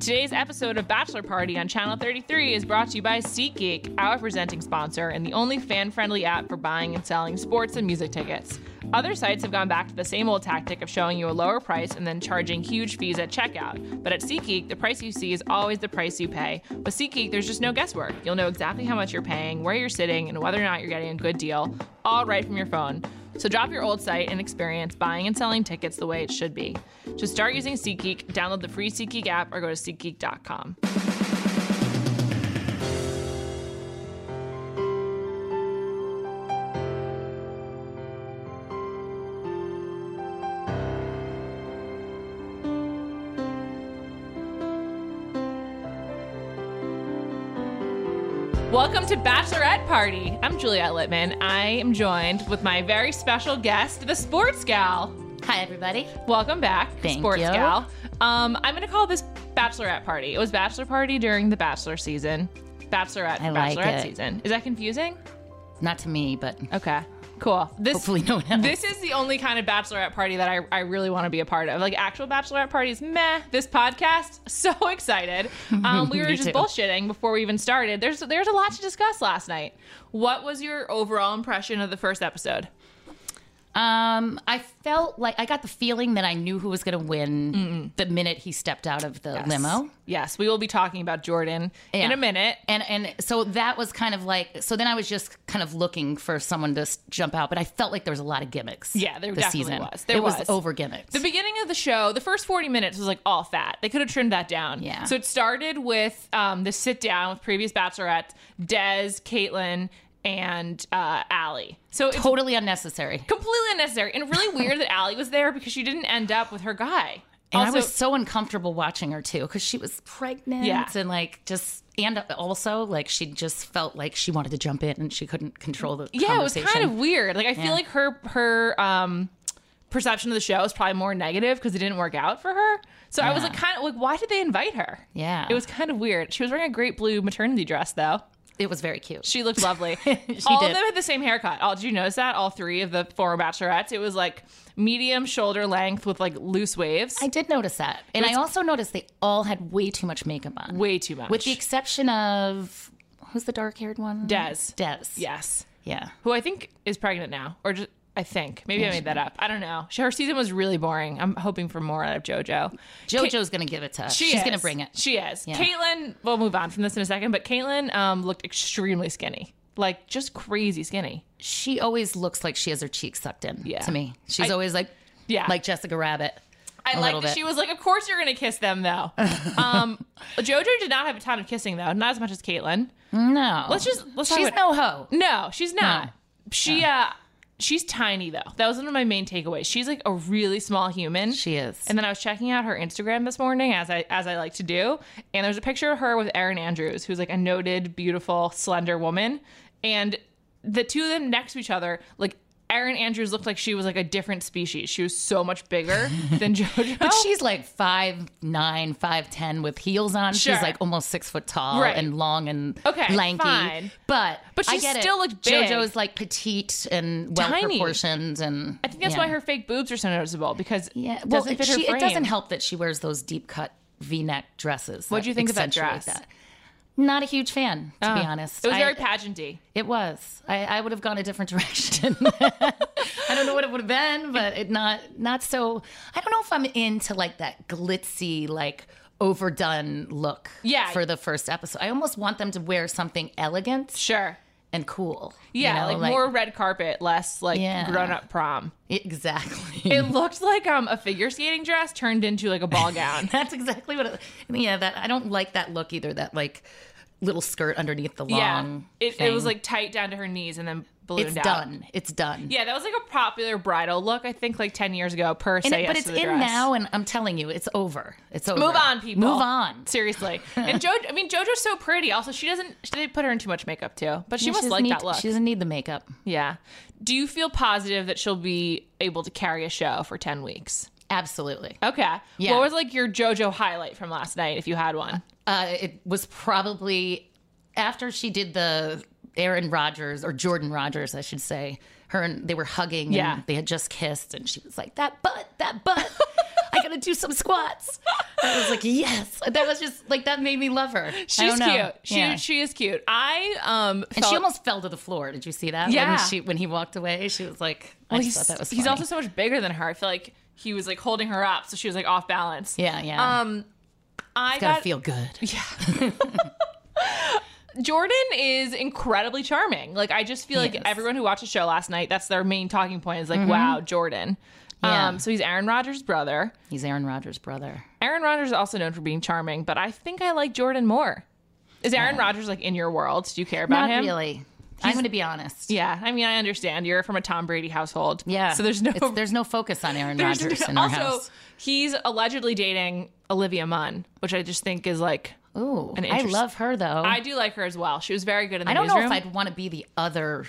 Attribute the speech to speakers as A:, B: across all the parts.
A: Today's episode of Bachelor Party on Channel 33 is brought to you by SeatGeek, our presenting sponsor and the only fan friendly app for buying and selling sports and music tickets. Other sites have gone back to the same old tactic of showing you a lower price and then charging huge fees at checkout. But at SeatGeek, the price you see is always the price you pay. With SeatGeek, there's just no guesswork. You'll know exactly how much you're paying, where you're sitting, and whether or not you're getting a good deal, all right from your phone. So drop your old site and experience buying and selling tickets the way it should be. To start using SeatGeek, download the free SeatGeek app or go to SeatGeek.com. Welcome to Bachelorette Party. I'm Juliette Littman. I am joined with my very special guest, the Sports Gal.
B: Hi, everybody.
A: Welcome back,
B: Thank
A: Sports
B: you.
A: Gal. Um, I'm going to call this Bachelorette Party. It was Bachelor Party during the Bachelor season. Bachelorette,
B: I
A: for
B: like
A: Bachelorette
B: it.
A: season. Is that confusing?
B: Not to me, but
A: Okay, cool. This
B: hopefully no one else.
A: this is the only kind of Bachelorette Party that I, I really want to be a part of. Like actual Bachelorette parties, meh. This podcast, so excited. Um, we were
B: Me
A: just
B: too.
A: bullshitting before we even started. There's there's a lot to discuss last night. What was your overall impression of the first episode?
B: um, I felt like I got the feeling that I knew who was going to win the minute he stepped out of the limo.
A: Yes, we will be talking about Jordan in
B: Yeah.
A: a minute.
B: And and so that was kind of like so then I was just kind of looking for someone to s- jump out, but I felt like there was a lot of gimmicks.
A: Yeah, there
B: this
A: definitely
B: season.
A: was. There
B: it was,
A: was.
B: over gimmicks.
A: The beginning of the show, the first 40 minutes was like all fat. They could have trimmed that down.
B: Yeah.
A: So it started with um, the sit down with previous bachelorettes, Dez, Caitlin, and uh, Allie. So it's
B: totally unnecessary.
A: completely unnecessary and really weird that Allie was there because she didn't end up with her guy.
B: And
A: also,
B: I was so uncomfortable watching her too because she was pregnant
A: Yeah.
B: and like just and also like she just felt like she wanted to jump in and she couldn't control the
A: yeah, it was
B: conversation.
A: kind of weird. Like I feel like her her um, perception of the show is probably more negative because it didn't work out for her. So I was
B: Yeah.
A: like, kind of like, why did they invite her?
B: Yeah.
A: It was kind of weird. She was wearing a great blue maternity dress though.
B: It was very cute.
A: She looked lovely. all of
B: did.
A: them had the same haircut. All, did you notice that? All three of the former bachelorettes. It was like medium shoulder length with like loose waves.
B: I did notice that. And I also noticed they all had way too much makeup on.
A: Way too much.
B: With the exception of who's the dark haired one?
A: Dez.
B: Des.
A: yes,
B: Yeah.
A: who I think is pregnant now, or just I think maybe I made that up. I don't know. She- Her season was really boring. I'm hoping for more out of JoJo.
B: JoJo's gonna give it to us.
A: She
B: She's
A: is.
B: gonna bring it.
A: She is. Caitlyn. We'll move on from this in a second, but Caitlyn um, looked extremely skinny, like just crazy skinny.
B: She always looks like she has her cheeks sucked in
A: Yeah.
B: to me. She's
A: I-
B: always like
A: Yeah.
B: like Jessica Rabbit.
A: I
B: a
A: like
B: little
A: that
B: bit.
A: she was like, "Of course you're gonna kiss them, though." um, JoJo did not have a ton of kissing though, not as much as Caitlyn.
B: No.
A: Let's just let's talk
B: She's
A: about-
B: no hoe.
A: No, she's not. She uh, she's tiny though. That was one of my main takeaways. She's like a really small human.
B: She is.
A: And then I was checking out her Instagram this morning, as I as I like to do, and there's a picture of her with Erin Andrews, who's like a noted, beautiful, slender woman, and the two of them next to each other, like. Erin Andrews looked like she was like a different species. She was so much bigger than JoJo.
B: But she's like five nine, five ten with heels on.
A: Sure.
B: She's like almost six foot tall
A: Right.
B: and long and
A: Okay,
B: lanky.
A: fine.
B: But
A: But
B: I
A: she
B: get it.
A: still looked big.
B: JoJo's like petite and well
A: Tiny.
B: proportioned, and
A: I think that's why her fake boobs are so noticeable because
B: yeah.
A: it
B: Well,
A: doesn't fit
B: she,
A: her frame.
B: it doesn't help that she wears those deep cut V neck dresses. What
A: do you think of that dress? Oh.
B: Not a huge fan, to be honest.
A: It was
B: I-
A: very pageanty.
B: It was. I, I would have gone a different direction. I don't know what it would have been, but it not not so. I don't know if I'm into like that glitzy, like overdone look.
A: Yeah.
B: For the first episode, I almost want them to wear something elegant
A: Sure.
B: and cool. you
A: Yeah,
B: know,
A: like, more red carpet, less like
B: Yeah.
A: grown up prom.
B: exactly.
A: It looked like um a figure skating dress turned into like a ball gown.
B: That's exactly what. It, yeah, that I don't like that look either. That like little skirt underneath the
A: yeah.
B: long.
A: It, it
B: um, thing.
A: was like tight down to her knees and then ballooned
B: it's
A: out.
B: done. It's done.
A: Yeah, that was like a popular bridal look, I think, like 10 years ago per se.
B: And it-
A: yes
B: but
A: to
B: it's
A: the
B: in
A: dress.
B: now, and I'm telling you, it's over. It's over.
A: Move on, people.
B: Move on.
A: Seriously. And JoJo, I mean, JoJo's so pretty. Also, she doesn't, she didn't put her in too much makeup too, but she
B: Yeah,
A: must
B: doesn't
A: like
B: need-
A: that look.
B: She doesn't need the makeup.
A: Yeah. Do you feel positive that she'll be able to carry a show for 10 weeks?
B: Absolutely.
A: Okay.
B: Yeah.
A: What was like your JoJo highlight from last night if you had one?
B: Uh, it was probably after she did the Aaron Rodgers or Jordan Rodgers, I should say. Her and they were hugging.
A: Yeah.
B: And they had just kissed, and she was like, "That butt, that butt." I gonna do some squats. I was like, yes. That was just like that made me love her. I
A: She's
B: don't
A: cute.
B: know.
A: She
B: Yeah.
A: she is cute. I um
B: and
A: felt-
B: she almost fell to the floor. Did you see that?
A: Yeah.
B: When, she, when he walked away, she was like, I
A: Well,
B: just
A: he's,
B: thought that was.
A: he's
B: funny.
A: also so much bigger than her. I feel like he was like holding her up, so she was like off balance.
B: yeah, yeah.
A: Um, I
B: gotta
A: got
B: feel good.
A: Jordan is incredibly charming. Like I just feel
B: He
A: like
B: is. Mm-hmm.
A: everyone who watched the show last night, that's their main talking point is like, wow, Jordan.
B: Yeah.
A: Um, so he's Aaron Rodgers' brother.
B: He's Aaron Rodgers' brother.
A: Aaron Rodgers is also known for being charming, but I think I like Jordan more. Is Aaron Rodgers like in your world? Do you care about
B: Not
A: him?
B: really. I'm going to be honest.
A: Yeah, I mean, I understand you're from a Tom Brady household.
B: Yeah.
A: so there's no
B: It's- there's no focus on Aaron
A: There's-
B: Rodgers in our
A: also,
B: house.
A: he's allegedly dating Olivia Munn, which I just think is like
B: Ooh,
A: an
B: I
A: interest-
B: love her though.
A: I do like her as well. She was very good in the
B: I don't know
A: newsroom.
B: if I'd want to be the other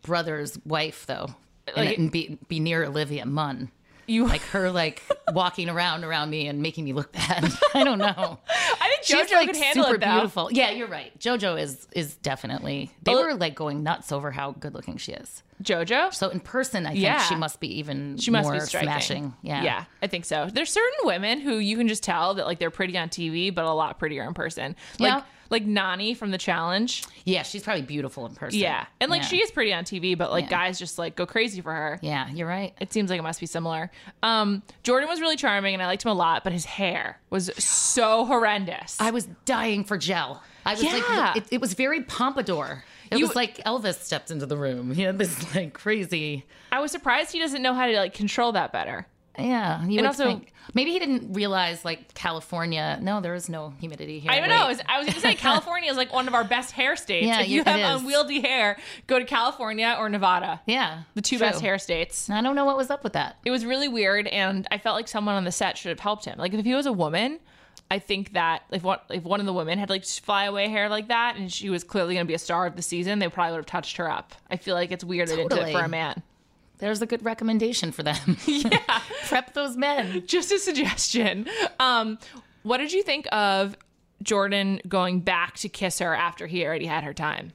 B: brother's wife though, and,
A: Like-
B: and be be near Olivia Munn.
A: you
B: Like her, like walking around around me and making me look bad. I don't know.
A: I think
B: She's
A: JoJo
B: like
A: could handle
B: super
A: it though.
B: beautiful. Yeah, you're right. JoJo is is definitely. They
A: Oh.
B: were like going nuts over how good looking she is.
A: JoJo,
B: So in person, I think
A: Yeah.
B: she must be even
A: she must
B: more
A: be striking.
B: smashing. Yeah,
A: yeah, I think so. There's certain women who you can just tell that like they're pretty on TV, but a lot prettier in person. Like
B: Yeah.
A: like Nani from The Challenge.
B: yeah. She's probably beautiful in person.
A: Yeah, and like
B: Yeah.
A: she is pretty on TV, but like
B: Yeah.
A: guys just like go crazy for her.
B: Yeah, you're right.
A: It seems like it must be similar. Um, Jordan was really charming and I liked him a lot, but his hair was so horrendous.
B: I was dying for gel. I was
A: Yeah.
B: like, it, it was very pompadour. It
A: You-
B: was like Elvis stepped into the room. He had this like crazy.
A: I was surprised he doesn't know how to like control that better.
B: Yeah, you would
A: also-
B: think- maybe he didn't realize like California. No, there is no humidity here.
A: I don't
B: Wait.
A: know. I was going to say California is like one of our best hair states.
B: Yeah,
A: if you
B: it
A: have
B: is.
A: unwieldy hair, go to California or Nevada.
B: Yeah,
A: The two
B: true.
A: best hair states.
B: I don't know what was up with that.
A: It was really weird, and I felt like someone on the set should have helped him. Like if he was a woman, I think that if one if one of the women had like flyaway hair like that, and she was clearly going to be a star of the season, they probably would have touched her up. I feel like it's weird they didn't do it for a
B: Totally.
A: man.
B: There's a good recommendation for them. Yeah, prep those men.
A: Just a suggestion. Um, what did you think of Jordan going back to kiss her after he already had her time?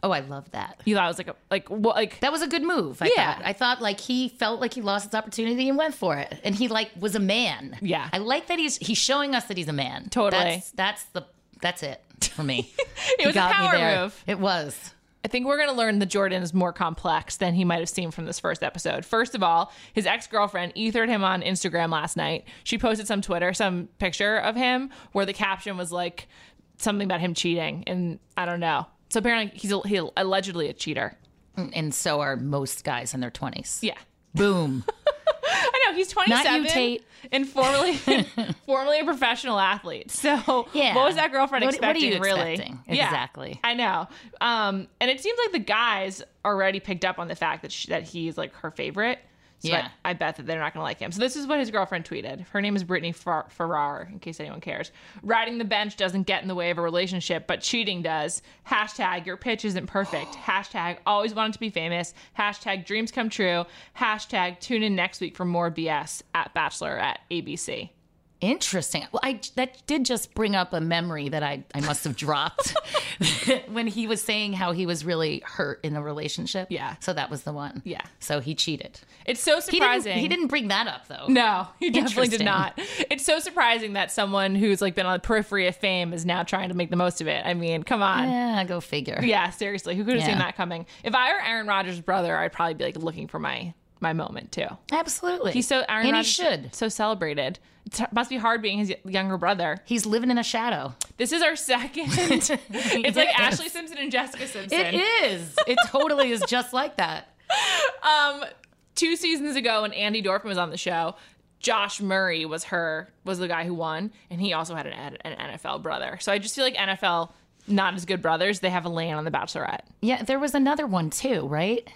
B: Oh, I love that.
A: You thought it was like a like what like
B: That was a good move. I
A: Yeah.
B: thought. I thought like he felt like he lost his opportunity and went for it, and he like was a man.
A: Yeah.
B: I like that he's he's showing us that he's a man.
A: Totally.
B: That's, that's the that's it for me.
A: it was a power move.
B: It was.
A: I think we're going to learn that Jordan is more complex than he might have seemed from this first episode. First of all, his ex girlfriend ethered him on Instagram last night. She posted some Twitter, some picture of him where the caption was like something about him cheating, and I don't know. So apparently, he's a, he allegedly a cheater.
B: And so are most guys in their twenties.
A: Yeah,
B: Boom.
A: I know he's twenty seven
B: Tate.
A: and formerly formerly a professional athlete. So
B: Yeah.
A: what was that girlfriend
B: What- what are
A: expecting?
B: you
A: really,
B: expecting?
A: Yeah.
B: Exactly.
A: I know. Um, and it seems like the guys already picked up on the fact that she, that he's like her favorite. So
B: Yeah.
A: I, I bet that they're not going to like him. So this is what his girlfriend tweeted. Her name is Brittany Fer- Farrar, in case anyone cares. Riding the bench doesn't get in the way of a relationship, but cheating does. Hashtag your pitch isn't perfect. Hashtag always wanted to be famous. Hashtag dreams come true. Hashtag tune in next week for more BS at Bachelor at ABC.
B: Interesting. Well, I that did just bring up a memory that I, I must have dropped when he was saying how he was really hurt in a relationship.
A: Yeah.
B: So that was the one.
A: Yeah.
B: So he cheated.
A: It's so
B: He didn't,
A: surprising. Mm.
B: he didn't bring that up though.
A: No, he definitely did
B: Interesting.
A: not. It's so surprising that someone who's like been on the periphery of fame is now trying to make the most of it. I mean, come on.
B: Yeah, go figure.
A: Yeah, seriously, who could have seen
B: Yeah.
A: that coming? If I were Aaron Rodgers' brother, I'd probably be like looking for my my moment too.
B: Absolutely.
A: He's so Aaron
B: and
A: Rodgers
B: he should.
A: so celebrated. It must be hard being his younger brother.
B: He's living in a shadow.
A: This is our second. it's like
B: Yes.
A: Ashley Simpson and Jessica Simpson.
B: It is. It totally is just like that.
A: two seasons ago when Andy Dorfman was on the show, Josh Murray was her was the guy who won, and he also had an, an NFL brother. So I just feel like NFL not as good brothers. They have a lane on the Bachelorette.
B: Yeah, there was another one too, right?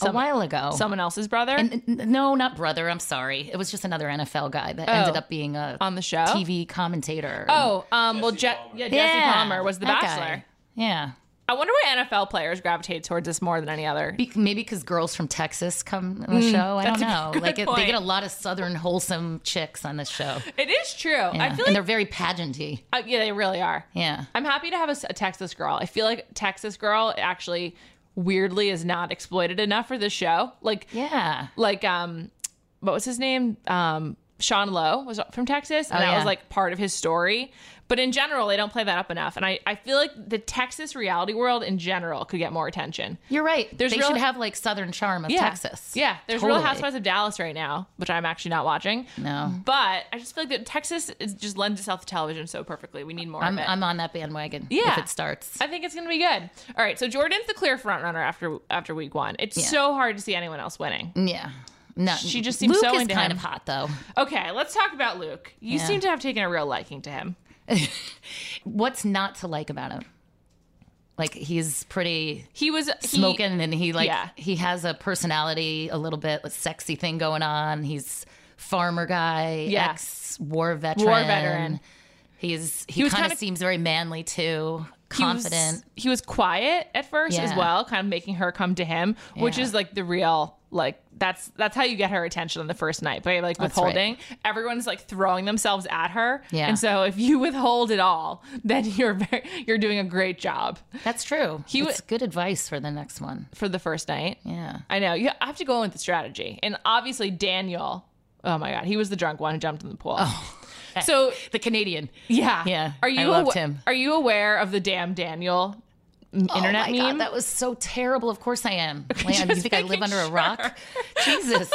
B: a while ago.
A: Someone else's brother
B: N- n- no, not brother. I'm sorry. It was just another NFL guy that ended up being a
A: on the show.
B: TV commentator.
A: Um, Oh, um, well, Je- yeah, Jesse
B: Yeah,
A: Palmer was the
B: that
A: Bachelor.
B: guy. Yeah.
A: I wonder why NFL players gravitate towards this more than any other.
B: Be- maybe because girls from Texas come on the show. I don't
A: Hmm, that's a
B: know.
A: good
B: like it,
A: point.
B: they get a lot of southern wholesome chicks on this show.
A: It is true. I
B: Yeah.
A: feel
B: and
A: like
B: they're very pageanty.
A: uh, yeah, they really are.
B: Yeah.
A: I'm happy to have a, s- a Texas girl. I feel like Texas girl actually weirdly is not exploited enough for this show. Like
B: Yeah.
A: like um what was his name um Sean Lowe was from Texas, and
B: Oh,
A: that was
B: yeah.
A: like part of his story. But in general, they don't play that up enough. And I, I feel like the Texas reality world in general could get more attention.
B: You're right.
A: There's
B: they
A: real-
B: should have like Southern charm of
A: Yeah.
B: Texas.
A: Yeah. There's Real
B: Totally.
A: Housewives of Dallas right now, which I'm actually not watching.
B: No.
A: But I just feel like that Texas is, just lends itself to television so perfectly. We need more
B: I'm,
A: of it.
B: I'm on that bandwagon.
A: Yeah.
B: If it starts.
A: I think it's going to be good. All right, so Jordan's the clear front runner after after week one. It's so hard to see anyone else winning.
B: yeah. No.
A: She just seems
B: Luke
A: so
B: is
A: into
B: kind
A: him.
B: of hot though.
A: Okay, let's talk about Luke. You
B: Yeah.
A: seem to have taken a real liking to him.
B: What's not to like about him? Like he's pretty
A: He was he-
B: smoking and he like
A: Yeah.
B: he has a personality, a little bit a sexy thing going on. He's farmer guy,
A: Yeah.
B: ex war veteran.
A: War veteran.
B: He's he,
A: was
B: kind
A: kinda-
B: of seems very manly too,
A: he was-
B: confident.
A: He was, quiet at first as
B: Yeah.
A: well, kind of making her come to him, which
B: Yeah.
A: is like the real like that's that's how you get her attention on the first night by like
B: right.
A: withholding. Everyone's like throwing themselves at her,
B: Yeah.
A: and so if you withhold it all, then you're very, you're doing a great job
B: That's true. He
A: wa-
B: was good advice for the next one.
A: for the first night.
B: Yeah.
A: I know. You have to go in with the strategy. And obviously, Daniel, oh my God, he was the drunk one who jumped in the pool. So,
B: The Canadian.
A: yeah.
B: Oh. Yeah,
A: Are you
B: I loved
A: awa-
B: him.
A: Are you aware of the damn Daniel m- internet
B: oh my
A: meme?
B: God, that was so terrible. Of course I am. Land, you
A: just
B: think I live
A: making
B: under a
A: sure.
B: rock? Jesus.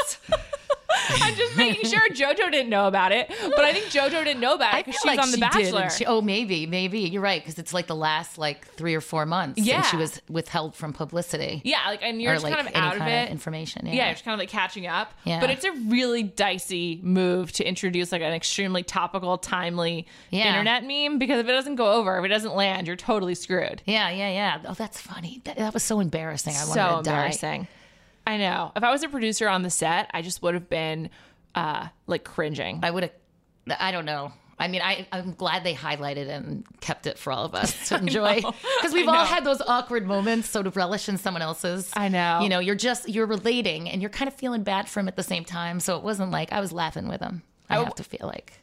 A: I'm just making sure JoJo didn't know about it. But I think JoJo didn't know about it because
B: feel
A: she was
B: like
A: on The
B: she did, and
A: Bachelor.
B: she- oh, maybe, maybe you're right because it's like the last like three or four months. and
A: Yeah.
B: she was withheld from publicity
A: yeah, like, and you're
B: or
A: just
B: like
A: kind of
B: any
A: out of
B: kind
A: it.
B: of information.
A: yeah,
B: Yeah,
A: it's kind of like catching up.
B: Yeah.
A: But it's a really dicey move to introduce like an extremely topical, timely
B: Yeah.
A: internet meme because if it doesn't go over, if it doesn't land, you're totally screwed.
B: yeah, yeah, yeah. Oh, that's funny. That, that was so embarrassing. I
A: so
B: wanted to die.
A: embarrassing. I know. If I was a producer on the set, I just would have been uh like cringing.
B: I would have. I don't know. I mean, I, I'm glad they highlighted it and kept it for all of us to enjoy because we've
A: I know.
B: all had those awkward moments. So to relish in someone else's,
A: I know.
B: You know, you're just you're relating and you're kind of feeling bad for him at the same time. So it wasn't like I was laughing with him. I
A: Oh.
B: have to feel like.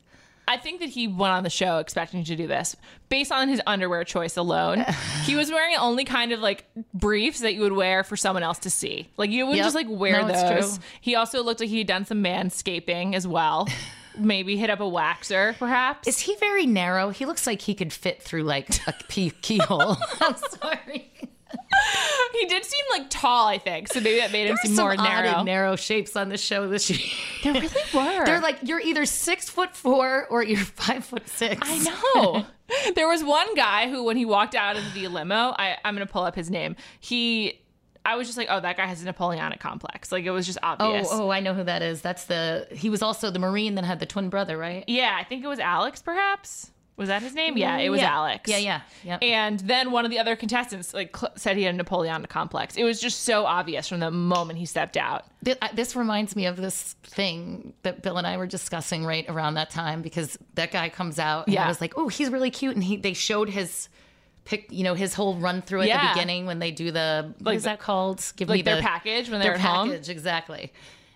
A: I think that he went on the show expecting to do this based on his underwear choice alone. he was wearing only kind of like briefs that you would wear for someone else to see. Like you would
B: Yep.
A: just like wear
B: No, it's
A: those.
B: true.
A: He also looked like he'd done some manscaping as well. Maybe hit up a waxer, perhaps.
B: Is he very narrow? He looks like he could fit through like a key- keyhole. I'm sorry.
A: he did seem like tall, I think. So maybe that made him
B: There's
A: seem
B: some
A: more
B: odd
A: narrow.
B: and narrow shapes on the show this year.
A: There really were.
B: They're like you're either six foot four or you're five foot six.
A: I know. there was one guy who, when he walked out of the limo, I, I'm going to pull up his name. He, I was just like, oh, that guy has a Napoleonic complex. Like it was just
B: Oh,
A: obvious.
B: oh, I know who that is. That's the he was also the Marine that had the twin brother, right?
A: Yeah, I think it was Alex, perhaps. Was that his name? Yeah, it was Alex.
B: Yeah, yeah, yeah.
A: And then one of the other contestants like cl- said he had a Napoleonic complex. It was just so obvious from the moment he stepped out.
B: Th- I- this reminds me of this thing that Bill and I were discussing right around that time because that guy comes out and
A: Yeah.
B: I was like, oh, he's really cute, and he they showed his. Pick, you know, his whole run through at the
A: Yeah.
B: beginning when they do the what is
A: the-
B: that called? Give
A: Like
B: me
A: their
B: the,
A: package when they're
B: their
A: at home.
B: package exactly.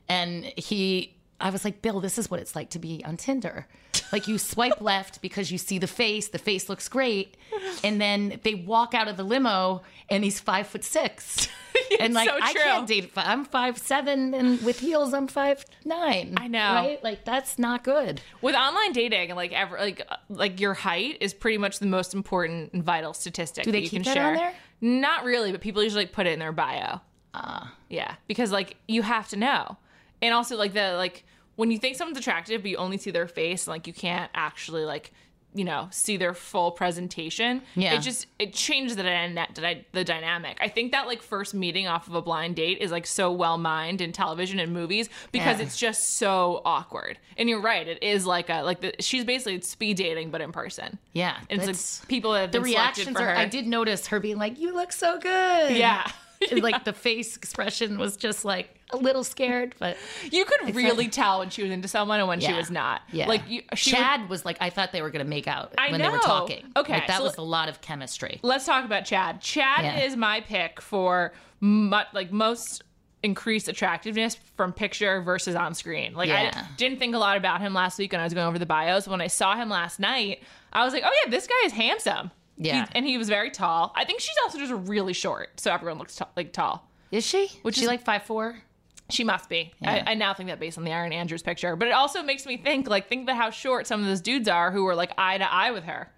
B: And he, I was like, Bill, this is what it's like to be on Tinder. Like you swipe left because you see the face, the face looks great, and then they walk out of the limo and he's five foot six. And like
A: so
B: I
A: true.
B: can't date. Five, I'm five seven, and with heels, I'm five nine. I
A: know.
B: right? Like that's not good.
A: With online dating, like ever, like uh, like your height is pretty much the most important and vital statistic. Do
B: they
A: that you
B: keep
A: can
B: that
A: share.
B: on there?
A: Not really, but people usually like, put it in their bio.
B: Ah.
A: Yeah, because like you have to know, and also like the like when you think someone's attractive, but you only see their face, and like you can't actually like you know see their full presentation.
B: Yeah.
A: it just it changes the dyna- the dynamic. I think that like first meeting off of a blind date is like so well mined in television and movies because
B: Yeah.
A: it's just so awkward. And you're right, it is like a like the, she's basically speed dating but in person.
B: Yeah,
A: and it's
B: that's-
A: like people that have
B: The
A: been selected
B: reactions
A: for
B: are.
A: her.
B: I did notice her being like, "You look so good."
A: yeah.
B: And, like the face expression was just like a little scared, but
A: You could really tell when she was into someone and when she
B: Yeah.
A: was not.
B: yeah.
A: Like you, she would-
B: Chad was like, I thought they were gonna make out
A: I
B: when they
A: know.
B: were talking.
A: Okay,
B: like, that
A: so let-
B: was a lot of chemistry.
A: let's talk about Chad. Chad
B: Yeah.
A: is my pick for mu- like most increased attractiveness from picture versus on screen. Like
B: Yeah.
A: I didn't think a lot about him last week when I was going over the bios. When I saw him last night, I was like, oh yeah, this guy is handsome.
B: Yeah.
A: He- and he was very tall. I think she's also just really short, so everyone looks t- like tall.
B: Is she? Would
A: Which
B: she
A: is-
B: like five four?
A: She must be.
B: Yeah.
A: I, I now think that based on the Aaron Andrews picture, but it also makes me think like think about how short some of those dudes are who were like eye to eye with her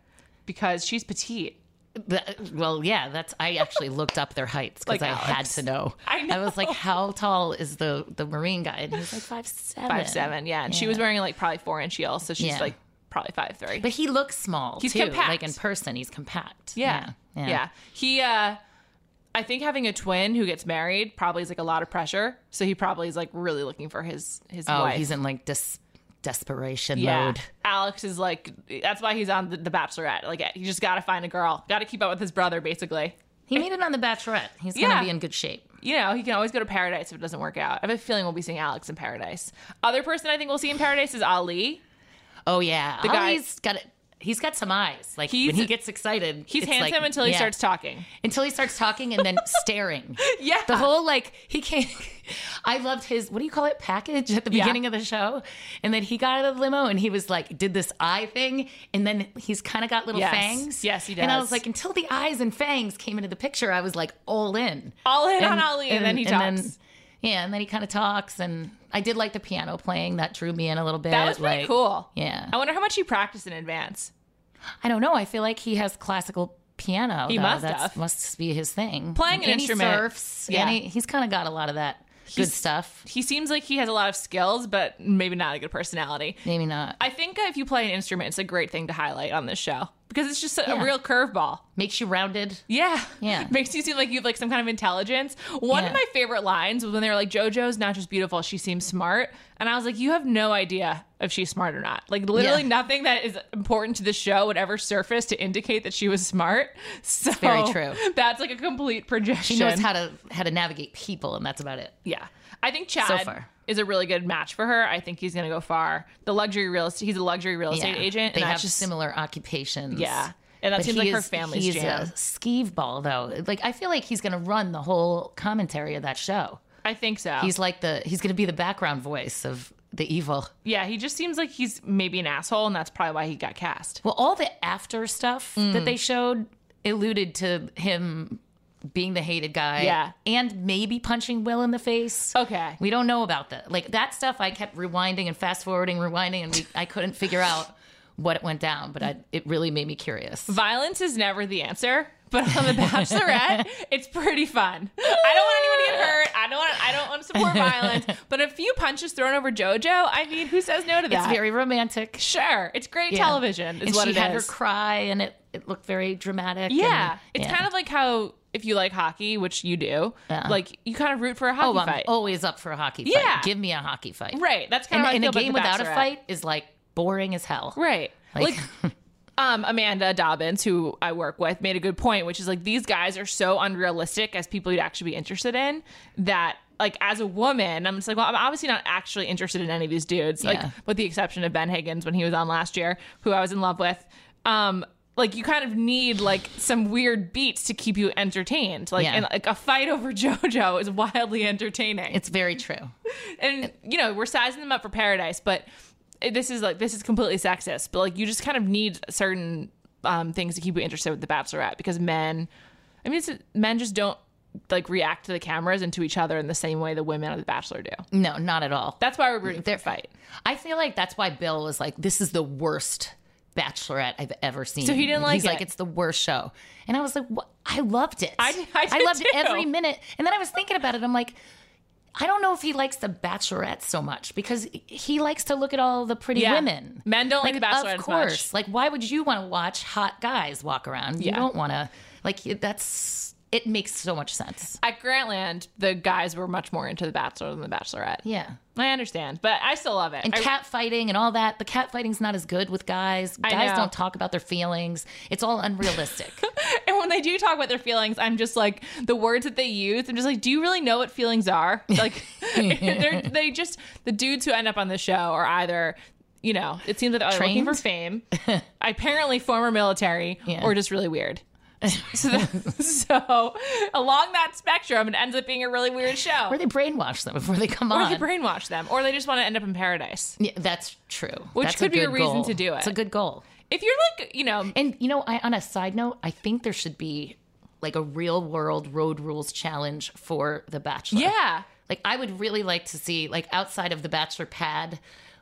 A: because she's petite.
B: Th- Well, yeah, that's. I actually looked up their heights because
A: Like
B: I had
A: Alex.
B: to know.
A: I know.
B: was like, "How tall is the the Marine guy?" And he's like, five seven.
A: Five seven, yeah, and she was wearing like probably four inch heels, so she's
B: Yeah.
A: like probably five three.
B: But he looks small.
A: He's
B: too.
A: compact.
B: Like in person, he's compact.
A: Yeah.
B: Yeah.
A: Yeah. He uh I think having a twin who gets married probably is like a lot of pressure. So he probably is like really looking for his his
B: Oh,
A: wife.
B: he's in like des- desperation
A: yeah.
B: mode.
A: Alex is like that's why he's on the, the Bachelorette. Like he just got to find a girl. Got to keep up with his brother basically.
B: He made it on The Bachelorette. He's
A: Yeah.
B: gonna be in good shape.
A: You know, he can always go to paradise if it doesn't work out. I have a feeling we'll be seeing Alex in paradise. Other person I think we'll see in paradise is Ali.
B: Oh yeah,
A: The guy-
B: Ali's got it. He's got some eyes. Like
A: He's-
B: when he gets excited,
A: He's
B: it's
A: handsome
B: like-
A: until he
B: yeah.
A: starts talking.
B: until he starts talking and then staring.
A: Yeah.
B: The whole like he can't. I loved his what do you call it package at the
A: Yeah.
B: beginning of the show, and then he got out of the limo and he was like did this eye thing, and then he's kind of got little
A: Yes.
B: fangs.
A: Yes, he
B: And I
A: does.
B: was like, until the eyes and fangs came into the picture, I was like all in,
A: All in on Ali, and, then he talks.
B: then- yeah, and then he kind of talks, and I did like the piano playing that drew me in a little bit.
A: that was pretty
B: like-
A: cool.
B: Yeah,
A: I wonder how much he practiced in advance.
B: I don't know. I feel like he has classical piano.
A: He
B: though.
A: must
B: That's-
A: have.
B: Must be his thing.
A: Playing an
B: And he
A: instrument.
B: surfs.
A: Yeah.
B: And he, he's kind of got a lot of that good stuff.
A: he seems like he has a lot of skills, but maybe not a good personality.
B: Maybe not.
A: I think if you play an instrument, it's a great thing to highlight on this show because it's just a, a
B: Yeah.
A: real curveball.
B: Makes you rounded.
A: Yeah.
B: Yeah.
A: Makes you seem like you have like some kind of intelligence. One of
B: Yeah.
A: my favorite lines was when they were like, JoJo's not just beautiful, she seems smart. And I was like, you have no idea if she's smart or not. Like literally
B: Yeah.
A: nothing that is important to the show would ever surface to indicate that she was smart. So
B: very true.
A: That's like a complete projection.
B: He knows how to how to navigate people, and that's about it.
A: Yeah. I think Chad
B: So far.
A: is a really good match for her. I think he's going to go far. The luxury real estate, he's a luxury real estate
B: Yeah.
A: agent.
B: They
A: and
B: have
A: that's just,
B: similar occupations.
A: Yeah. And that
B: But
A: seems
B: he
A: like her
B: is-
A: family's
B: He's
A: jam.
B: a skeeve ball, though. Like I feel like he's going to run the whole commentary of that show.
A: I think so.
B: He's like the he's going to be the background voice of the evil.
A: yeah, he just seems like he's maybe an asshole, and that's probably why he got cast.
B: Well, all the after stuff that they showed alluded to him being the hated guy.
A: Yeah. Oh.
B: And maybe punching Will in the face.
A: Okay.
B: We don't know about that. Like that stuff I kept rewinding and fast forwarding, rewinding, and we, I couldn't figure out what went down, but I, it really made me curious.
A: Violence is never the answer, but on The Bachelorette, it's pretty fun. I don't want anyone to get hurt. I don't want. I don't want to support violence. But a few punches thrown over JoJo, I mean, who says no to that?
B: It's very romantic.
A: sure. It's great
B: Yeah.
A: television. Is
B: and
A: what
B: she
A: it
B: had
A: is.
B: her cry, and it, it looked very dramatic.
A: Yeah,
B: and-
A: it's
B: yeah.
A: kind of like how if you like hockey, which you do,
B: Yeah.
A: like you kind of root for a hockey
B: Oh, I'm
A: fight,
B: always up for a hockey fight.
A: Yeah.
B: Give me a hockey fight.
A: right? That's kind
B: And,
A: of how I
B: and
A: feel
B: a
A: about
B: game
A: The
B: without a
A: Bachelorette.
B: fight is like boring as hell.
A: right? Like,
B: Like-
A: um, Amanda Dobbins, who I work with, made a good point, which is like these guys are so unrealistic as people you'd actually be interested in that. Like as a woman, I'm just like, well, I'm obviously not actually interested in any of these dudes,
B: Yeah.
A: like with the exception of Ben Higgins when he was on last year, who I was in love with. Um, like you kind of need like some weird beats to keep you entertained. Like
B: Yeah.
A: and like a fight over JoJo is wildly entertaining
B: It's very true.
A: and you know we're sizing them up for paradise but this is like this is completely sexist but like you just kind of need certain um, things to keep you interested with the bachelorette because men i mean it's, men just don't like react to the cameras and to each other in the same way the women of the bachelor do
B: No, not at all.
A: that's why we're rooting for their fight
B: I feel like that's why Bill was like, "This is the worst Bachelorette I've ever seen." So
A: he didn't like
B: He's like,
A: it.
B: "It's the worst show," and I was like, what? "I loved it.
A: I- I did
B: loved
A: too.
B: every minute." And then I was thinking about it. I'm like, I don't know if he likes the Bachelorette so much because he likes to look at all the pretty
A: Yeah.
B: women.
A: Men don't like the Bachelorette as
B: Of course.
A: much.
B: Like, why would you want to watch hot guys walk around? You
A: Yeah.
B: don't want to. Like, that's it makes so much sense.
A: at grantland the guys were much more into the bachelor than the bachelorette
B: Yeah.
A: i understand but i still love it
B: and
A: I-
B: cat fighting and all that. The cat fighting's not as good with guys.
A: I
B: Guys
A: know.
B: don't talk about their feelings. It's all unrealistic.
A: and when they do talk about their feelings, I'm just like the words that they use. I'm just like, do you really know what feelings are? Like, they're they just the dudes who end up on the show are either. You know, it seems that they're looking for fame, apparently former military,
B: Yeah.
A: or just really weird. So, that, so along that spectrum, it ends up being a really weird show.
B: or they brainwash them before they come
A: Or
B: on.
A: they brainwash them, or they just want to end up in paradise.
B: yeah, that's true.
A: Which
B: That's
A: could be a
B: good
A: reason
B: goal.
A: to do it.
B: It's a good goal.
A: If you're like, you know,
B: And you know, I on a side note, I think there should be like a real world road rules challenge for The Bachelor.
A: yeah,
B: Like I would really like to see like outside of the Bachelor pad,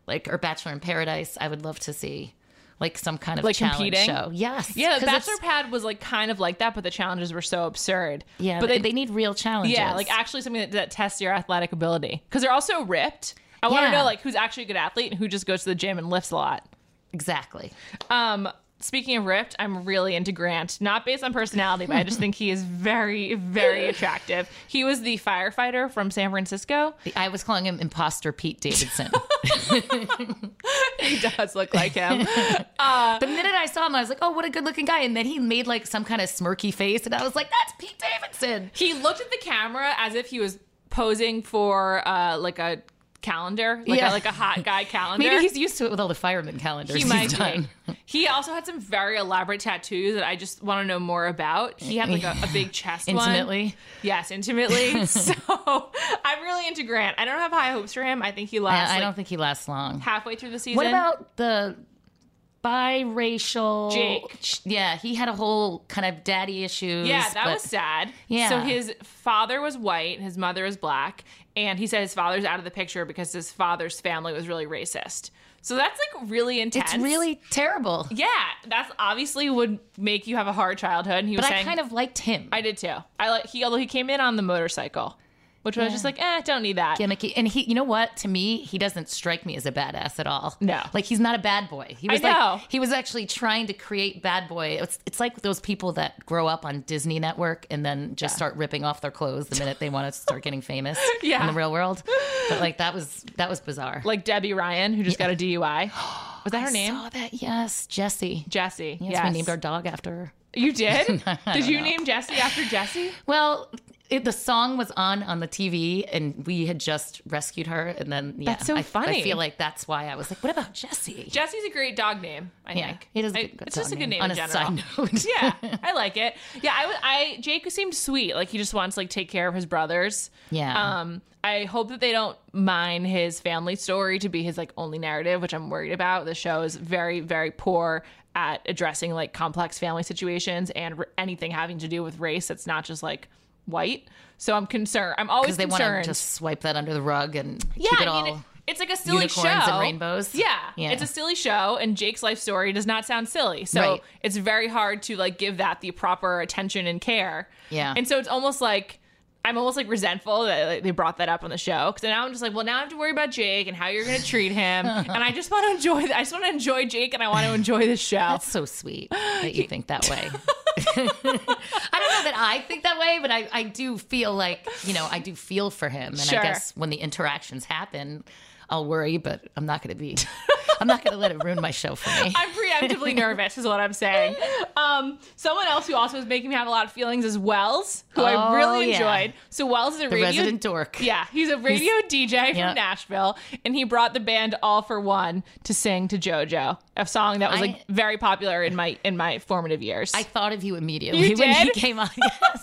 B: like or Bachelor in Paradise. I would love to see like some kind of
A: Like
B: challenge
A: competing?
B: show. Yes,
A: Yeah, the
B: 'cause it's-
A: Bachelor Pad was like kind of like that, but the challenges were so absurd.
B: Yeah,
A: but they,
B: need real challenges.
A: yeah, like actually something that, that tests your athletic ability because they're also ripped. I want to
B: Yeah.
A: know like who's actually a good athlete and who just goes to the gym and lifts a lot.
B: exactly.
A: Um, speaking of ripped, I'm really into Grant. Not based on personality, but I just think he is very, very attractive. He was the firefighter from San Francisco.
B: I was calling him imposter Pete Davidson.
A: He does look like him.
B: the minute I saw him, I was like, "Oh, what a good-looking guy!" And then he made like some kind of smirky face, and I was like, "That's Pete Davidson."
A: he looked at the camera as if he was posing for uh, like a calendar, like,
B: Yeah.
A: a, like a hot guy calendar.
B: Maybe he's used to it with all the fireman calendars
A: he
B: he's
A: might
B: done.
A: be. He also had some very elaborate tattoos that I just want to know more about. He had like a, a big chest one.
B: Intimately,
A: Yes, intimately. so I'm really into Grant. I don't have high hopes for him. I think he lasts
B: I, I
A: like,
B: don't think he lasts long.
A: halfway through the season.
B: What about the biracial
A: Jake.
B: Sh- Yeah, he had a whole kind of daddy issues.
A: Yeah, that
B: but-
A: was sad.
B: Yeah.
A: So his father was white, his mother was black, and he said his father's out of the picture because his father's family was really racist. So that's like really intense.
B: It's really terrible.
A: yeah. That's obviously would make you have a hard childhood. And he
B: But
A: was
B: I
A: saying,
B: kind of liked him.
A: I did too. I like he although he came in on the motorcycle, which was just like, eh, don't need that.
B: gimmicky. And he, you know what? To me, he doesn't strike me as a badass at all.
A: No.
B: like he's not a bad boy. He
A: I
B: was
A: know.
B: like he was actually trying to create bad boy. It's it's like those people that grow up on Disney Network and then just start ripping off their clothes the minute they want to start getting famous
A: Yeah.
B: in the real world. But like that was that was bizarre.
A: Like Debbie Ryan, who just got a DUI. Was that her name?
B: Saw that? Yes, Jesse.
A: Jessie.
B: Yes,
A: yes.
B: we named our dog after her.
A: You did? did
B: don't
A: you
B: know.
A: name Jesse after Jesse?
B: Well, it, the song was on on the TV, and we had just rescued her, and then yeah,
A: That's so
B: I-
A: funny.
B: I feel like that's why I was like, "What about Jesse?"
A: Jesse's a great dog name, I
B: Yeah,
A: think.
B: it is. A
A: I-
B: good, good
A: it's just
B: dog
A: a good name
B: On
A: in
B: a
A: general.
B: side note,
A: yeah, I like it. Yeah, I, was- I Jake seemed sweet. Like he just wants to like take care of his brothers.
B: Yeah.
A: Um, I hope that they don't mine his family story to be his like only narrative, which I'm worried about. The show is very very poor at addressing like complex family situations and r- anything having to do with race. That's not just like white. So I'm concerned. I'm always
B: because they want
A: concerned.
B: to just swipe that under the rug and
A: yeah,
B: keep it
A: I
B: all.
A: mean, it- it's like a silly show.
B: unicorns and rainbows.
A: Yeah,
B: Yeah.
A: it's a silly show, and Jake's life story does not sound silly. So
B: Right.
A: it's very hard to like give that the proper attention and care.
B: Yeah.
A: and so it's almost like. I'm almost like resentful that like, they brought that up on the show because now I'm just like, well, now I have to worry about Jake and how you're going to treat him, and I just want to enjoy. I just want to enjoy Jake, and I want to enjoy the show.
B: That's so sweet that you think that way. I don't know that I think that way, but I, I do feel like you know I do feel for him, and
A: Sure.
B: I guess when the interactions happen, I'll worry, but I'm not going to be. I'm not going to let it ruin my show for me.
A: I'm preemptively nervous, is what I'm saying. Um, someone else who also is making me have a lot of feelings is Wells, who I
B: Oh,
A: really
B: yeah.
A: enjoyed. So Wells is a
B: the
A: radio
B: resident dork.
A: Yeah, he's a radio DJ from
B: yeah.
A: Nashville, and he brought the band All for One to sing to JoJo, a song that was
B: I-
A: like very popular in my in my formative years.
B: I thought of you immediately
A: You
B: when he
A: did?
B: came on. Yes.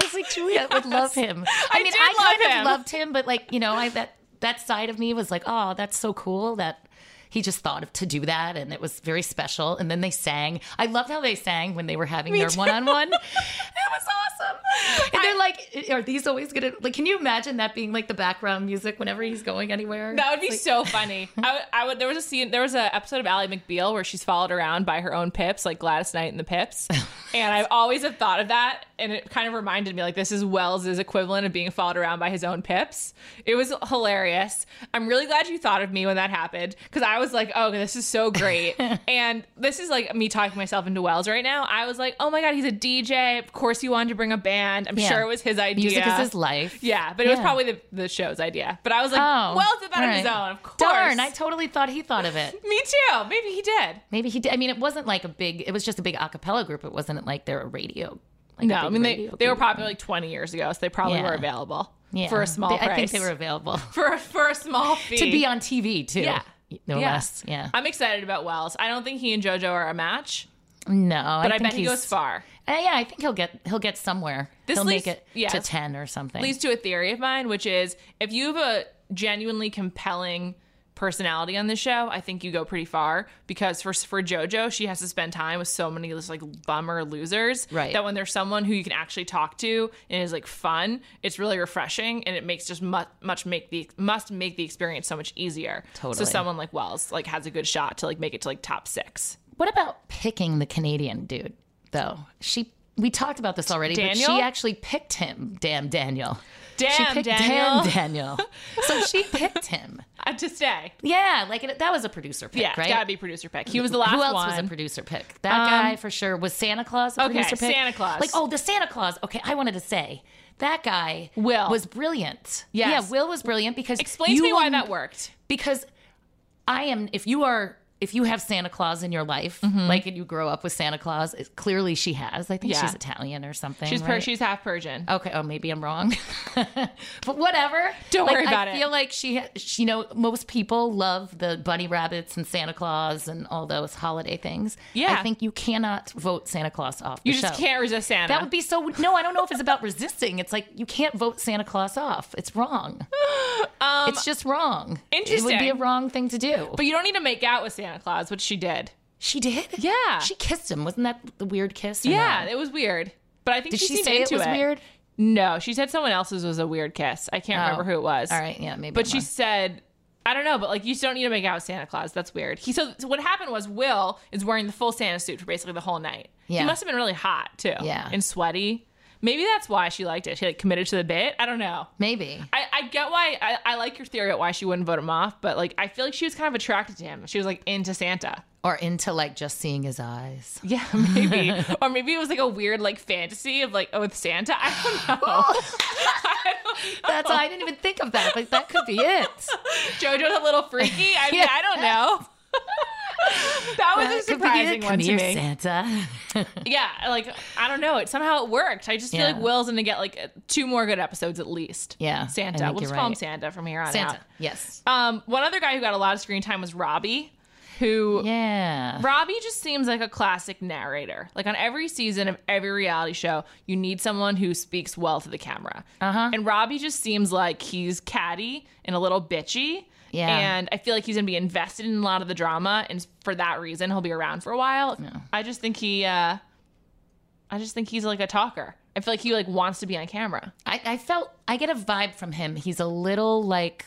B: I was like, Julia would love him. I,
A: I
B: mean,
A: did
B: I
A: love
B: kind
A: him.
B: of loved him, but like, you know, I that that side of me was like, oh, that's so cool that he just thought of to do that and it was very special. And then they sang. I loved how they sang when they were having their
A: too.
B: one on one. It was awesome. And they're like, are these always gonna like can you imagine that being like the background music whenever he's going anywhere?
A: that would be so funny. I, would- I would. There was a scene. There was an episode of Ally McBeal where she's followed around by her own pips, like Gladys Knight and the Pips. and I've always have thought of that, and it kind of reminded me like this is Wells's equivalent of being followed around by his own pips. It was hilarious. I'm really glad you thought of me when that happened because I was like, oh, this is so great. and this is like me talking myself into Wells right now. I was like, oh my god, he's a DJ. Of course, he wanted to bring a band. I'm
B: Yeah.
A: sure it was his idea.
B: Music is his life.
A: Yeah, but it was
B: Yeah.
A: probably the, the show's idea. But I was like,
B: Oh,
A: Wells did that
B: all
A: on his
B: right.
A: own, of course.
B: Darn, I totally thought he thought of it.
A: Me too. Maybe he did.
B: Maybe he did. I mean, it wasn't like a big. It was just a big a cappella group. It wasn't like they're a radio. Like
A: No,
B: a big
A: I mean they,
B: radio
A: they were
B: group.
A: probably like 20 years ago, so they probably
B: Yeah.
A: were available
B: Yeah.
A: for a small
B: They-
A: price.
B: I think they were available
A: for for a small fee
B: to be on TV too.
A: Yeah.
B: no
A: Yeah.
B: less. Yeah,
A: I'm excited about Wells. I don't think he and JoJo are a match,
B: no.
A: but I,
B: think
A: bet he
B: he's-
A: goes far.
B: Uh, yeah, I think he'll get he'll get somewhere.
A: This
B: he'll
A: leads-
B: make it
A: yeah,
B: to
A: this
B: ten or something.
A: leads to a theory of mine, which is if you have a genuinely compelling personality on the show, I think you go pretty far because for for JoJo, she has to spend time with so many just like bummer losers
B: Right.
A: that when there's someone who you can actually talk to and is like fun, it's really refreshing and it makes just much much make the must make the experience so much easier. So
B: Totally.
A: someone like Wells like has a good shot to like make it to like top 6.
B: What about picking the Canadian dude though? She we talked about this already, but
A: Daniel?
B: she actually picked him. Damn Daniel. she
A: Damn,
B: picked
A: Daniel.
B: damn Daniel. so she picked him.
A: Uh, to stay.
B: Yeah, like it, that was a producer pick,
A: Yeah,
B: right?
A: gotta be producer pick. He was the last
B: Who else
A: one. Um,
B: was a producer pick? That guy for sure was Santa Claus. A
A: Okay,
B: producer pick?
A: Santa Claus.
B: Like oh, the Santa Claus. Okay, I wanted to say that guy
A: Will.
B: was brilliant.
A: Yes.
B: Yeah, Will was brilliant because
A: Explain to
B: you
A: me why
B: will-
A: that worked.
B: because I am if you are if you have Santa Claus in your life,
A: Mm-hmm.
B: like and you grow up with Santa Claus, it, clearly she has. I think
A: Yeah.
B: she's Italian or something.
A: She's per-
B: right?
A: she's half Persian.
B: Okay. Oh, maybe I'm wrong, but whatever.
A: Don't
B: Like,
A: worry about
B: I
A: it.
B: feel like she, ha- she, you know, most people love the bunny rabbits and Santa Claus and all those holiday things.
A: Yeah.
B: I think you cannot vote Santa Claus off.
A: you
B: the
A: just
B: show.
A: can't resist Santa.
B: That would be so. No, I don't know if it's about resisting. It's like you can't vote Santa Claus off. It's wrong. it's just wrong. It would be
A: Um, Interesting.
B: a wrong thing to do.
A: But you don't need to make out with Santa Claus, which she did.
B: She did.
A: Yeah.
B: She kissed him. Wasn't that the weird kiss? or
A: Yeah,
B: no?
A: it was weird. But I think
B: Did
A: she,
B: she,
A: seemed
B: say it
A: into
B: was weird?
A: No, she said someone else's was a weird kiss. I can't remember who it was.
B: Oh. All right. Yeah. Maybe.
A: But
B: I'm
A: she
B: wrong.
A: said, I don't know, but like you just don't need to make out with Santa Claus. That's weird. He so, so what happened was Will is wearing the full Santa suit for basically the whole night. He
B: Yeah.
A: must have been really hot too.
B: Yeah.
A: And sweaty. Maybe that's why she liked it. She like committed to the bit. I don't know.
B: maybe.
A: I, I get why I, I like your theory about why she wouldn't vote him off, but like I feel like she was kind of attracted to him. She was like into Santa.
B: Or into like just seeing his eyes.
A: Yeah, maybe. or maybe it was like a weird like fantasy of like oh with Santa. I don't know. I don't know.
B: That's I didn't even think of that. Like that could be it.
A: JoJo's a little freaky. I mean,
B: Yeah.
A: I don't know. that was a
B: That could be
A: surprising
B: it.
A: one
B: Come
A: to
B: here,
A: me.
B: Santa.
A: Yeah, like I don't know. It somehow it worked. I just feel
B: Yeah.
A: like Will's gonna get like two more good episodes at least.
B: Yeah, I
A: Santa.
B: think
A: We'll
B: you're
A: just call him
B: right.
A: Santa from here on
B: Santa.
A: out.
B: Yes.
A: Um, one other guy who got a lot of screen time was Robbie, who
B: Yeah.
A: Robbie just seems like a classic narrator. Like on every season of every reality show, you need someone who speaks well to the camera. Uh-huh. And Robbie just seems like he's catty and a little bitchy.
B: Yeah.
A: And I feel like he's going to be invested in a lot of the drama. And for that reason, he'll be around for a while. I just think he, uh, I just think he's like a talker. I feel like he like wants to be on camera.
B: I, I felt I get a vibe from him. He's a little like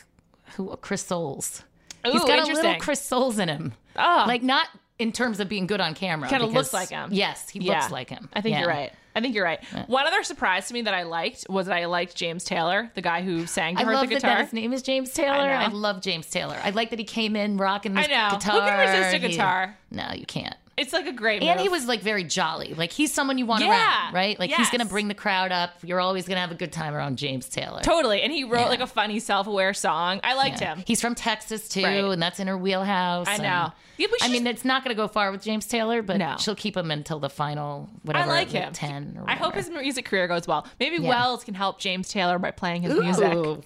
B: who Chris Soules. He's
A: Ooh,
B: got a
A: interesting.
B: little Chris Soules in him.
A: Oh.
B: Like not in terms of being good on camera.
A: Kinda looks
B: because-
A: like him.
B: Yes, he
A: Yeah.
B: looks like him.
A: I think
B: Yeah.
A: you're right. I think you're right. One other surprise to me that I liked was that I liked James Taylor, the guy who sang to
B: I
A: her at
B: love
A: the
B: that,
A: guitar.
B: that his name is James Taylor.
A: know.
B: I, love James Taylor. I like that he came in rocking the
A: I know. Who
B: guitar.
A: can resist a
B: He-
A: guitar?
B: no, you can't.
A: It's like a great
B: And
A: move.
B: he was like very jolly. Like he's someone you want
A: Yeah.
B: around, right? Like he's
A: Yes.
B: gonna bring the crowd up. You're always gonna have a good time around James Taylor.
A: totally, and he wrote like a funny, self-aware song. I liked
B: Yeah.
A: him.
B: He's from Texas too,
A: Right.
B: and that's in her wheelhouse.
A: I
B: and-
A: know. Yeah, but
B: I
A: she's-
B: mean, it's not going to go far with James Taylor, but
A: No.
B: she'll keep him until the final whatever.
A: I like him.
B: Ten. Or
A: I hope his
B: whatever.
A: music career goes well. Maybe
B: Yeah.
A: Wells can help James Taylor by playing his music.
B: Ooh,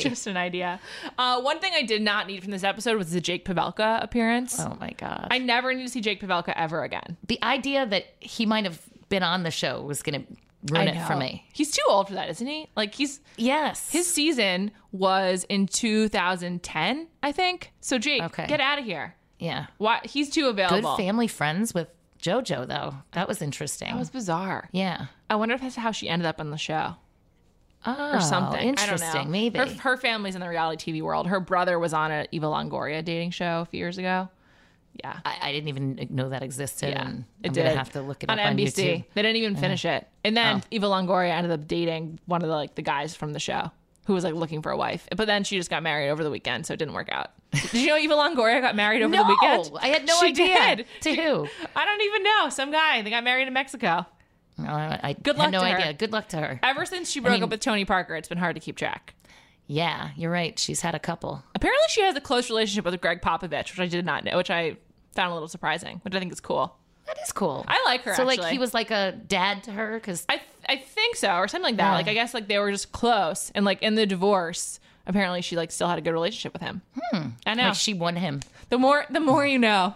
A: Just an idea. Uh, one thing I did not need from this episode was the Jake Pavelka appearance.
B: oh my god.
A: I never need to see Jake Pavelka ever again.
B: the idea that he might have been on the show was going to ruin
A: I
B: it for
A: know.
B: me.
A: He's too old for that, isn't he? Like he's
B: Yes.
A: his season was in 2010, I think. So Jake,
B: Okay.
A: get out of here.
B: yeah.
A: Why he's too
B: Good
A: available.
B: family friends with JoJo though. That was interesting.
A: That was bizarre.
B: yeah.
A: I wonder if that's how she ended up on the show.
B: Oh,
A: or something.
B: Interesting.
A: I don't know.
B: Maybe.
A: her, her family's in the reality TV world. Her brother was on a Eva Longoria dating show a few years ago. Yeah,
B: I, I didn't even know that existed.
A: yeah,
B: and
A: it
B: Hmm. I'm
A: did.
B: gonna have to look it
A: on
B: up on
A: NBC.
B: YouTube. Oh.
A: They didn't even finish it, and then Eva Longoria ended up dating one of the like the guys from the show who was like looking for a wife. But then she just got married over the weekend, so it didn't work out. did you know Eva Longoria got married over the weekend?
B: I had no
A: she
B: idea.
A: Did.
B: To who?
A: I don't even know. Some guy. They got married in Mexico.
B: No, I, I
A: Good
B: had
A: luck
B: no
A: to her.
B: idea. Good luck to her.
A: Ever since she broke
B: mean-
A: up with Tony Parker, it's been hard to keep track.
B: Yeah, you're right. She's had a couple.
A: Apparently, she has a close relationship with Greg Popovich, which I did not know, which I found a little surprising, which I think is cool.
B: That is cool.
A: I like her.
B: so
A: actually.
B: like he was like a dad to her because
A: I I think so, or something like that.
B: Yeah.
A: Like I guess like they were just close, and like in the divorce, apparently she like still had a good relationship with him.
B: Hmm.
A: I know.
B: like she won him.
A: the more the more you know.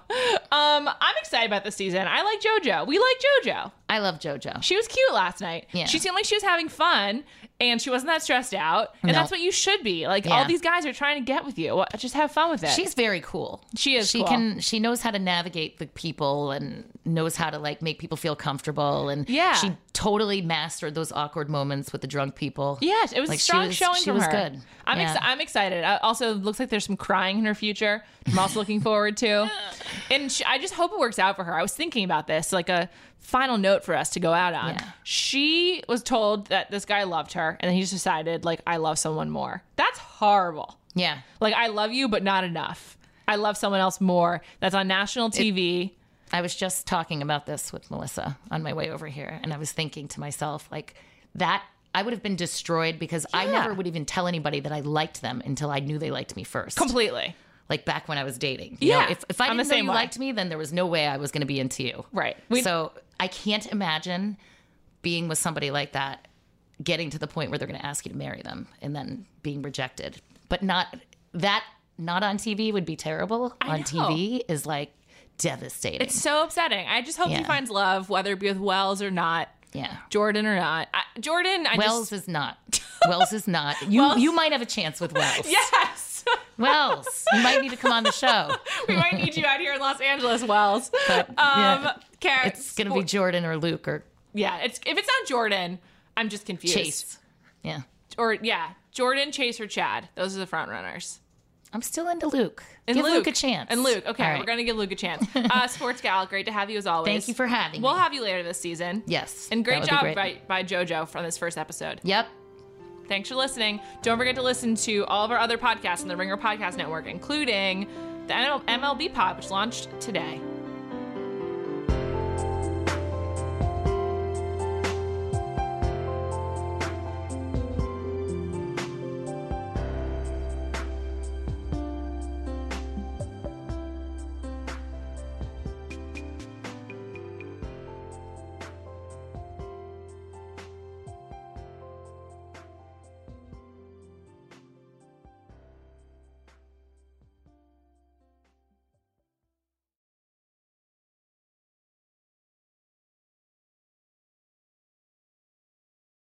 A: Um, I'm excited about this season. I like JoJo. We like JoJo.
B: I love JoJo.
A: She was cute last night.
B: Yeah.
A: She seemed like she was having fun and she wasn't that stressed out. And
B: No.
A: that's what you should be. Like
B: Yeah.
A: all these guys are trying to get with you. Well, Just have fun with it.
B: She's very cool.
A: She is
B: She
A: cool.
B: can. She knows how to navigate the people and knows how to like make people feel comfortable. And
A: Yeah.
B: she totally mastered those awkward moments with the drunk people.
A: Yes, it was
B: Like,
A: a
B: she
A: strong
B: was-
A: showing
B: she
A: from
B: was
A: her.
B: good.
A: I'm
B: Yeah.
A: exci- I'm excited. I also, it looks like there's some crying in her future. which I'm also looking forward to, and sh I just hope it works out for her. I was thinking about this, like a final note for us to go out on.
B: Yeah.
A: She was told that this guy loved her, and then he just decided, like, I love someone more. That's horrible.
B: Yeah.
A: Like, I love you, but not enough. I love someone else more. That's on national TV.
B: I was just talking about this with Melissa on my way over here, and I was thinking to myself, like, that I would have been destroyed because I
A: Yeah.
B: never would even tell anybody that I liked them until I knew they liked me first.
A: Completely
B: like back when I was dating. You
A: Yeah,
B: Know, if, if I
A: I'm
B: didn't
A: the
B: know
A: same
B: you
A: way.
B: liked me, then there was no way I was going to be into you.
A: right. We,
B: so I can't imagine being with somebody like that, getting to the point where they're going to ask you to marry them and then being rejected. But not that, not on TV would be terrible. on
A: know.
B: TV is like devastating.
A: it's so upsetting. I just hope he
B: Yeah.
A: finds love, whether it be with Wells or not.
B: yeah.
A: Jordan or not. I, Jordan, I
B: Wells
A: just
B: is not. Wells is not. You
A: Wells-
B: you might have a chance with Wells.
A: yes.
B: Wells, you might need to come on the show.
A: we might need you out here in Los Angeles, Wells.
B: But,
A: um,
B: yeah,
A: Karen,
B: It's going to be Jordan or Luke or
A: yeah. It's if it's not Jordan, I'm just confused.
B: Chase. Yeah.
A: or yeah, Jordan, Chase, or Chad. Those are the front runners.
B: I'm still into Luke.
A: And
B: Give Luke, a chance.
A: And Luke. Okay,
B: All right.
A: we're gonna give Luke a chance. Uh, Sports Gal, great to have you as always.
B: Thank you for having
A: We'll
B: me.
A: have you later this season.
B: Yes,
A: And great
B: that would be
A: job
B: great.
A: by, by JoJo from this first episode.
B: Yep.
A: Thanks for listening. Don't forget to listen to all of our other podcasts on the Ringer Podcast Network, including the MLB Pod, which launched today.